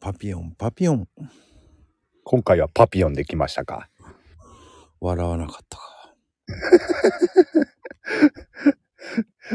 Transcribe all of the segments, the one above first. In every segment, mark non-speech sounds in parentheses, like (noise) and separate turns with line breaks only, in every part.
パピヨン、パピヨン。
今回はパピヨンできましたか
笑わなかったか。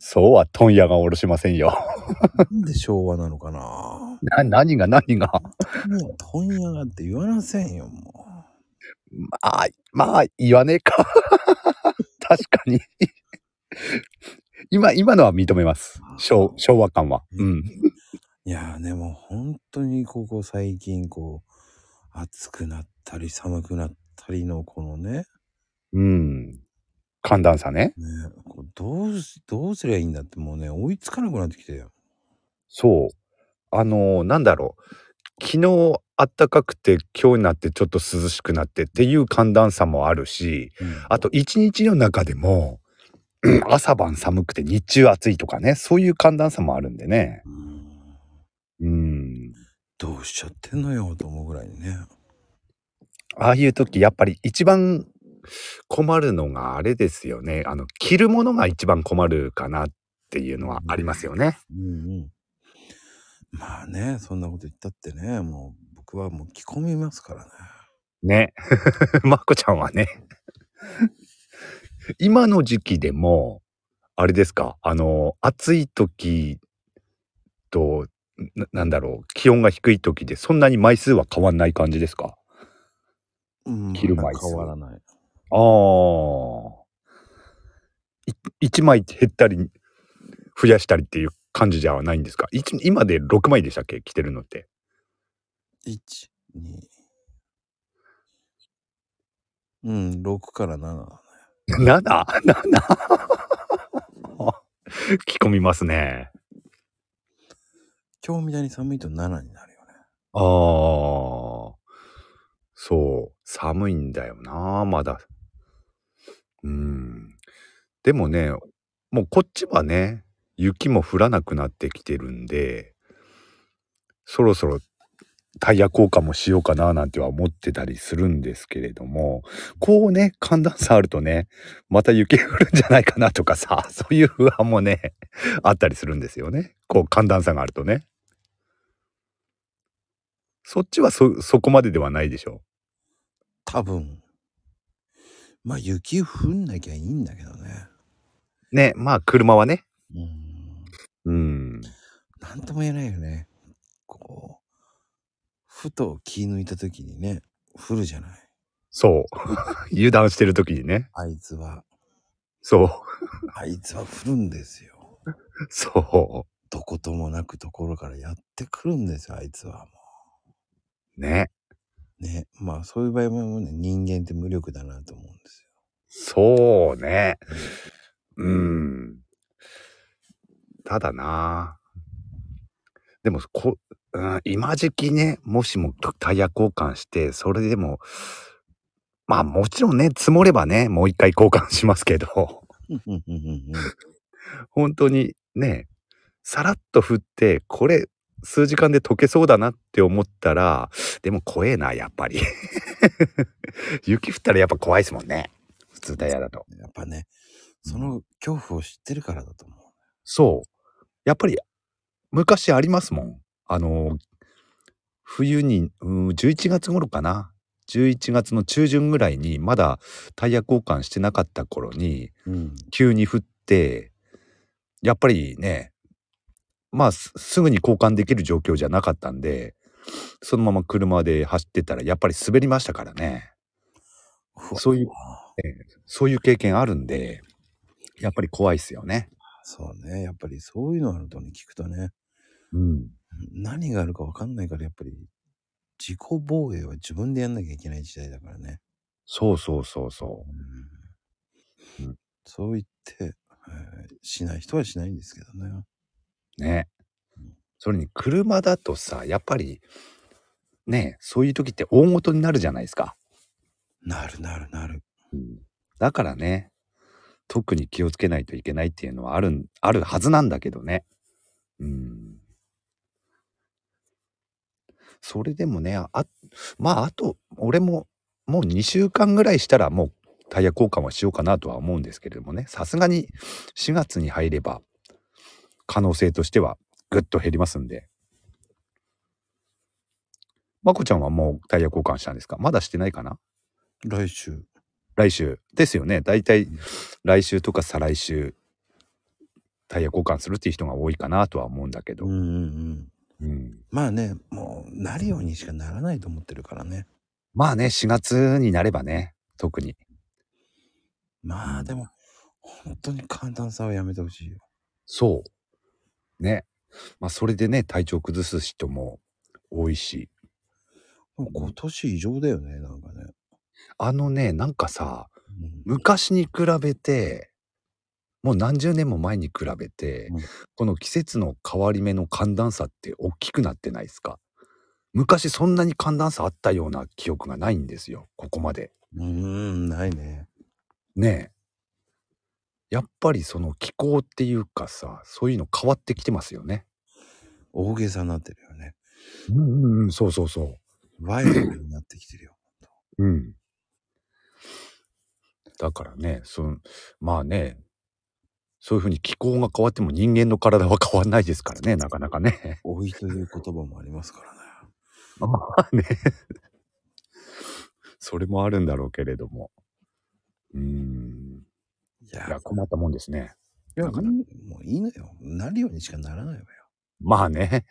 そうは問屋がおろしませんよ。 (laughs)
なんで昭和なのかな
な何が何が。
もう問屋がって言わなせんよ、も
まあ、まあ、言わねえか。 (laughs) 確かに。 (laughs) 今、今のは認めます。昭昭和感は。うん。
う。いやーね、もう本当にここ最近、こう、暑くなったり寒くなったりのこのね、
うん。寒暖差ね。
ねこうどうし、どうすりゃいいんだってもうね、追いつかなくなってきてよ。
そう。あのーなんだろう。昨日暖かくて今日になってちょっと涼しくなってっていう寒暖差もあるし、
うん
あと一日の中でもうん朝晩寒くて日中暑いとかね、そういう寒暖差もあるんでね。
うん
うん。
どうしちゃってんのよ、と思うぐらいにね。
ああいう時やっぱり一番困るのがあれですよね。あの着るものが一番困るかなっていうのはありますよね。
うんうん。まあね、そんなこと言ったってね、もう僕はもう着込みますからね。
ね。 (laughs) まこちゃんはね。今の時期でもあれですかあの暑い時とななんだろう気温が低い時でそんなに枚数は変わんない感じですか
うん、
着る枚数
変わらない。
ああ。い1枚減ったり、増やしたりっていう感じじゃないんですかいち今で6枚でしたっけ着てるのって。
1、2。うん、6から7。
(laughs) 7?7? 着込みますね。
今日みたいに寒いと7になるよね。
ああ。そう。寒いんだよな、まだ。うん。でもね、もうこっちはね、雪も降らなくなってきてるんで、そろそろタイヤ交換もしようかななんては思ってたりするんですけれども、こうね、寒暖差あるとね、また雪降るんじゃないかなとかさ、そういう不安もね、あったりするんですよね。こう寒暖差があるとね。そっちはそ、そこまでではないでしょ
多分。まあ雪降んなきゃいいんだけどね。
う。ね、まあ車はね。
うん。
うん。
なんとも言えないよね。こう、ふと気抜いた時にね、降るじゃない。
そう。 (laughs) 油断してる時にね。
あいつは、
そう。 (laughs)
あいつは降るんですよ。
そ
どこともなくところからやってくるんですよ、あいつはも
う。ね。
う。ね。まあ、そういう場合もね、人間って無力だなと思うんですよ。
そうね。うん。ただなでもこ、うん、今時期ね、もしもタイヤ交換して、それでも、まあもちろんね、積もればね、もう一回交換しますけど。本当にねさらっと振ってこれ数時間で溶けそうだなって思ったらでも怖えなやっぱり (laughs) 雪降ったらやっぱ怖いですもんね普通タイヤだと
やっぱね、その恐怖を知ってるからだと思う。
そうやっぱり昔ありますもんあの冬にうん11月頃かな11月の中旬ぐらいにまだタイヤ交換してなかった頃に
うん。
急に降ってやっぱりねまあすすぐに交換できる状況じゃなかったんでそのまま車で走ってたらやっぱり滑りましたからねそういうそういう経験あるんでやっぱり怖いっすよね。
そうね。やっぱりそういうのあるとね、聞くとね、
うん、
何があるかわかんないから、やっぱり、自己防衛は自分でやんなきゃいけない時代だからね。
そうそうそうそううん
ん、そう言って、えーしない人はしないんですけどね。
うね
うん。
それに車だとさやっぱりねそういう時って大ごとになるじゃないですか。
なるなるなる。
だからね特に気をつけないといけないっていうのはあるんあるはずなんだけどねうんそれでもねあまああと俺ももう2週間ぐらいしたらもうタイヤ交換はしようかなとは思うんですけれどもねさすがに4月に入れば可能性としてはぐっと減りますんでまこちゃんはもうタイヤ交換したんですかまだしてないかな
来週。
来週ですよね大体来週とか再来週タイヤ交換するっていう人が多いかなとは思うんだけど、
うんうんうん。
うん
まあね、もうなるようにしかならないと思ってるからね。
まあね4月になればね特に
まあでも、本当に簡単さはやめてほしいよ。
そうねまあそれでね体調崩す人も多いし
もう今年異常だよね、なんかね。
あのねなんかさ
うん
昔に比べてもう何十年も前に比べて、
うん
この季節の変わり目の寒暖差って大きくなってないですか昔そんなに寒暖差あったような記憶がないんですよここまで
うーん、ないね。
ねえやっぱりその気候っていうかさそういうの変わってきてますよね
大げさになってるよね。
うんうんうんそうそうそ
ワイルドになってきてるよ。
ううんだからねそのまあねそういうふうに気候が変わっても人間の体は変わんないですから (laughs) ねなかなかね
老いという言葉もありますからね。
まあね。 (laughs) それもあるんだろうけれども。うーん。
いや
いや、困ったもんですね。
いや、
だ
も
から
ういいのよ。なるようにしかならないわよ。
まあね。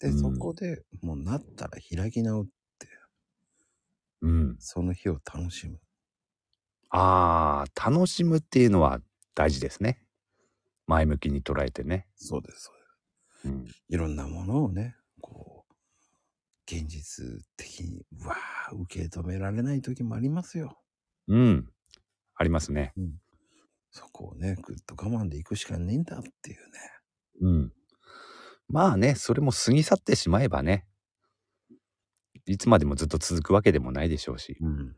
で、
うん
そこでもうなったら開き直って、
うん。
その日を楽しむ。
ああ、楽しむっていうのは大事ですね。前向きに捉えてね。
そうです、そうです。
うん。
いろんなものをね、こう、現実的に、わあ、受け止められない時もありますよ。
うん。ありますね。
そこをね、ぐっと我慢でいくしかねえんだっていうね。
うん。まあね、それも過ぎ去ってしまえばね。いつまでもずっと続くわけでもないでしょうし。
うん。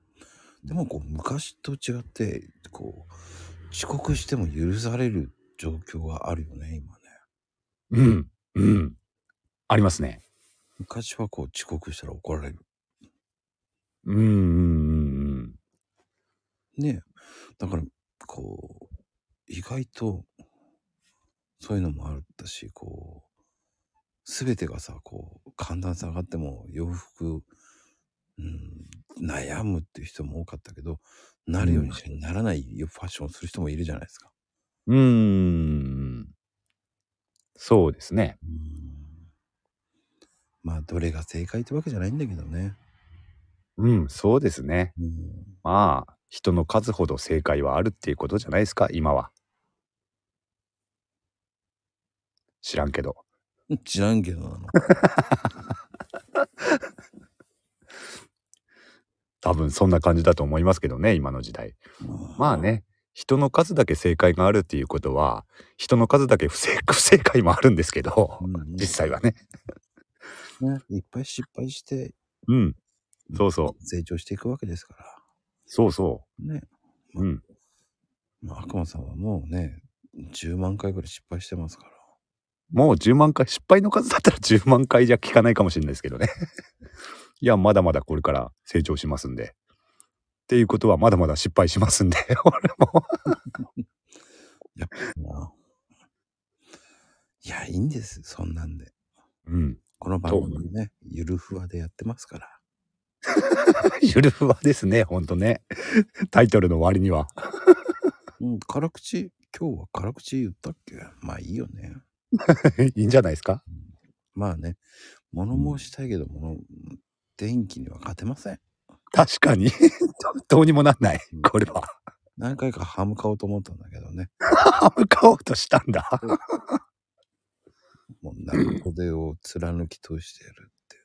でもこう、昔と違って、こう、遅刻しても許される状況があるよね、今ね。
うん。うん。ありますね。
昔はこう、遅刻したら怒られる。
うんうんうんうん。
ねだからこう意外とそういうのもあったしこう全てがさこう寒暖差上がっても洋服、うん、悩むっていう人も多かったけどなるようにしかならないファッションをする人もいるじゃないですか。
うーん。そうですね。
まあどれが正解ってわけじゃないんだけどね。
うん、そうですね。
うん
まあ、人の数ほど正解はあるっていうことじゃないですか、今は。知らんけど。
知らんけどなの。
多分そんな感じだと思いますけどね、今の時代。 (laughs) まあね、人の数だけ正解があるっていうことは、人の数だけ不正 (laughs) 不正解もあるんですけど
う、ん
実際はね。
ねいっぱい失敗して
うん。そうそう。
成長していくわけですから。
そうそ
ね。
う。うん。
まあ、悪魔さんはもうね、10万回ぐらい失敗してますから。
もう10万回、失敗の数だったら10万回じゃ聞かないかもしれないですけ (laughs) どね。いや、まだまだこれから成長しますんで。っていうことは、まだまだ失敗しますんで、 (laughs) 俺も。
やっぱりな。いや、いいんです、そんなんで。
うん。
この番組ね、ゆるふわでやってますから。
(laughs) ゆるふわですね、ほんとね。タイトルの割には。 (laughs)
うん、辛口、今日は辛口言ったっけまあいいよね。
いいんじゃないですか
まあね、物申したいけど、物、電気には勝てません。
確かに。 (laughs) どうにもなんない、これは。
何回か歯向かおうと思ったんだけどね、
歯 (laughs) 向かおうとしたんだ。
もう長袖を貫き通してやるっていう。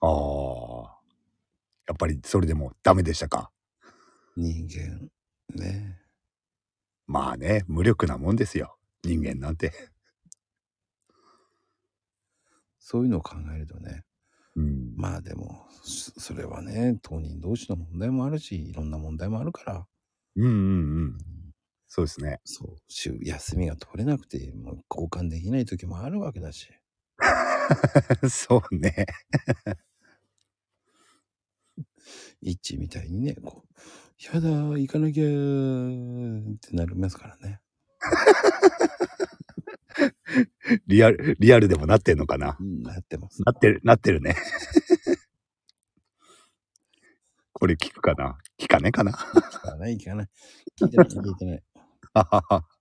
ああ。やっぱりそれでもダメでしたか。
人間、ね。
まあね、無力なもんですよ。人間なんて。
そういうのを考えるとね、
うん
まあでもそそれはね当人同士の問題もあるしいろんな問題もあるから、
うんうんうん。そうですね。 (laughs)
そう週休みが取れなくてもう交換できない時もあるわけだし、
そうね。
一致みたいにねこう「やだ行かなきゃ」ってなりますからね。
リアル、リアルでもなってんのかな
うん、なってます。
なってる、なってるね。 (laughs) これ聞くかな聞かねえかな
聞かない、聞かない。聞いてない、聞いてない。
あはは